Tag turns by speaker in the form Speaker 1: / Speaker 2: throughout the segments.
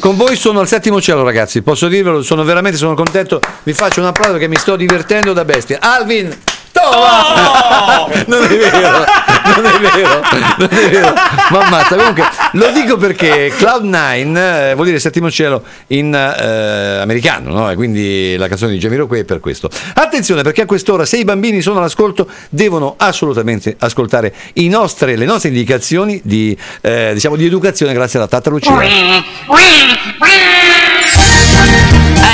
Speaker 1: Con voi sono al settimo cielo, ragazzi. Posso dirvelo, sono veramente sono contento. Vi faccio un applauso che mi sto divertendo da bestia. Alvin Tova! non è vero, non è vero, non è vero. Ma ammazza, comunque lo dico perché Cloud9 eh, vuol dire settimo cielo in eh, americano, no? E quindi la canzone di Jamiroquai è per questo. Attenzione perché a quest'ora se i bambini sono all'ascolto devono assolutamente ascoltare i nostre- le nostre indicazioni di, eh, diciamo, di educazione grazie alla Tata Lucia.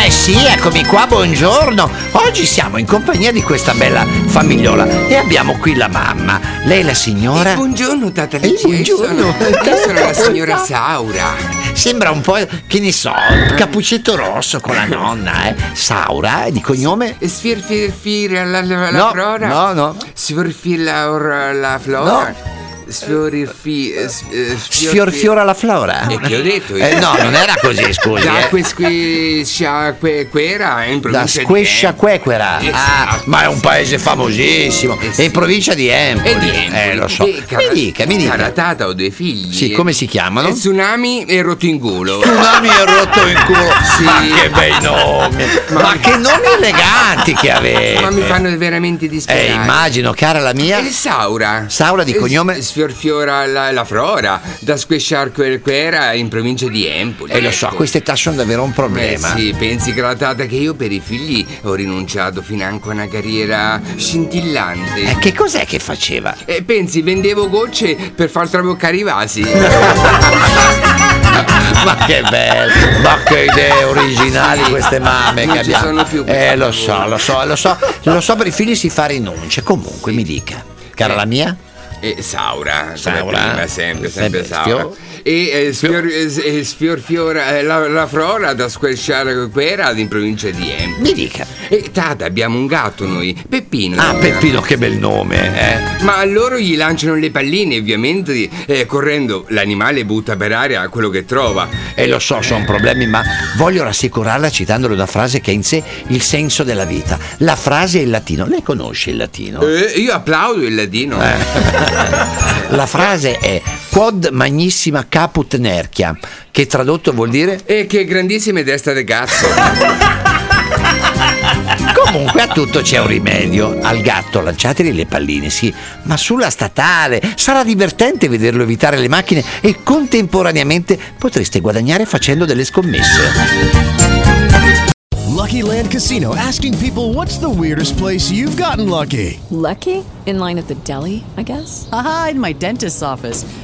Speaker 2: Eh sì, eccomi qua, buongiorno. Oggi siamo in compagnia di questa bella famigliola e abbiamo qui la mamma. Lei è la signora?
Speaker 3: Buongiorno, tata
Speaker 2: Eh,
Speaker 3: Lucia. Io
Speaker 2: buongiorno.
Speaker 3: sono, io sono la signora Saura.
Speaker 2: Sembra un po', che ne so, il cappuccetto rosso con la nonna, eh. Saura, eh, di cognome?
Speaker 3: E Sfirfirfira la, la, la
Speaker 1: No,
Speaker 3: flora.
Speaker 1: no, no.
Speaker 3: Sfirfila or- la flora. Sfiorirfi. eh, s- eh,
Speaker 2: Sfiorfiora la flora.
Speaker 3: E che ho detto io?
Speaker 2: Eh, no, non era così, scusi.
Speaker 3: Da
Speaker 2: eh.
Speaker 3: quisquiscia que- quera eh, in
Speaker 2: Da
Speaker 3: provincia di
Speaker 2: Squescia
Speaker 3: Em-
Speaker 2: Quequera. Ah,
Speaker 3: Esatto.
Speaker 2: ma è un paese famosissimo.
Speaker 3: Eh sì.
Speaker 2: È in provincia di Empoli.
Speaker 3: E di Empoli.
Speaker 2: Eh, lo so.
Speaker 3: E cara-
Speaker 2: Mi dica, mi dica.
Speaker 3: Cara tata, ho due figli.
Speaker 2: Sì, come si chiamano?
Speaker 3: Eh, Tsunami e Rotingulo.
Speaker 2: Tsunami e rotto in culo.
Speaker 3: Sì.
Speaker 2: Ma che bei nomi! Ma, che nomi eleganti che avete!
Speaker 3: Ma mi fanno veramente
Speaker 2: Eh,
Speaker 3: disperare.
Speaker 2: immagino, cara la mia.
Speaker 3: E Saura.
Speaker 2: Saura di
Speaker 3: Eh,
Speaker 2: cognome?
Speaker 3: s- Sfiorfiora la, la Flora, da Squesciar quel Quera in provincia di Empoli.
Speaker 2: E Eh, lo so,
Speaker 3: Ecco.
Speaker 2: a queste età sono davvero un
Speaker 3: Eh
Speaker 2: problema.
Speaker 3: sì, pensi che la tata che io per i figli ho rinunciato financo a una carriera scintillante.
Speaker 2: Eh, che cos'è che faceva?
Speaker 3: E pensi, vendevo gocce per far traboccare i vasi.
Speaker 2: Ma Ah, che bello! Ma che idee originali
Speaker 3: Sì.
Speaker 2: queste mamme
Speaker 3: Non
Speaker 2: che
Speaker 3: ci
Speaker 2: abbiamo.
Speaker 3: sono più queste
Speaker 2: eh, lo
Speaker 3: mamme.
Speaker 2: so, lo so, lo so, lo so, per i figli si fa rinuncia. Comunque, mi dica, cara
Speaker 3: Eh.
Speaker 2: la mia?
Speaker 3: E Saura,
Speaker 2: Saura.
Speaker 3: Saura. Prima, sempre, sempre
Speaker 2: Sempre
Speaker 3: Saura.
Speaker 2: Fior-
Speaker 3: E eh, sfior, eh, eh, sfiorfiora, eh, la, la Flora da Squesciare Quera in provincia di Empoli.
Speaker 2: Mi dica.
Speaker 3: E tata, abbiamo un gatto noi, Peppino.
Speaker 2: Ah, Peppino, che bel nome, eh.
Speaker 3: Ma a loro gli lanciano le palline, ovviamente, eh, correndo l'animale butta per aria quello che trova.
Speaker 2: E Eh, lo so, sono problemi, ma voglio rassicurarla citandole una frase che ha in sé il senso della vita. La frase è in latino. Lei conosce il latino?
Speaker 3: Eh, io applaudo il ladino.
Speaker 2: La frase è quod magnissima caput nerchia, che tradotto vuol dire
Speaker 3: E Eh, che grandissime destra del cazzo.
Speaker 2: comunque a tutto c'è un rimedio. Al gatto lanciateli le palline, sì, ma sulla statale. Sarà divertente vederlo evitare le macchine e contemporaneamente potreste guadagnare facendo delle scommesse.
Speaker 4: Lucky Land Casino asking people what's the weirdest place you've gotten lucky?
Speaker 5: Lucky? In line at the deli, I guess?
Speaker 6: Aha, in my dentist's office.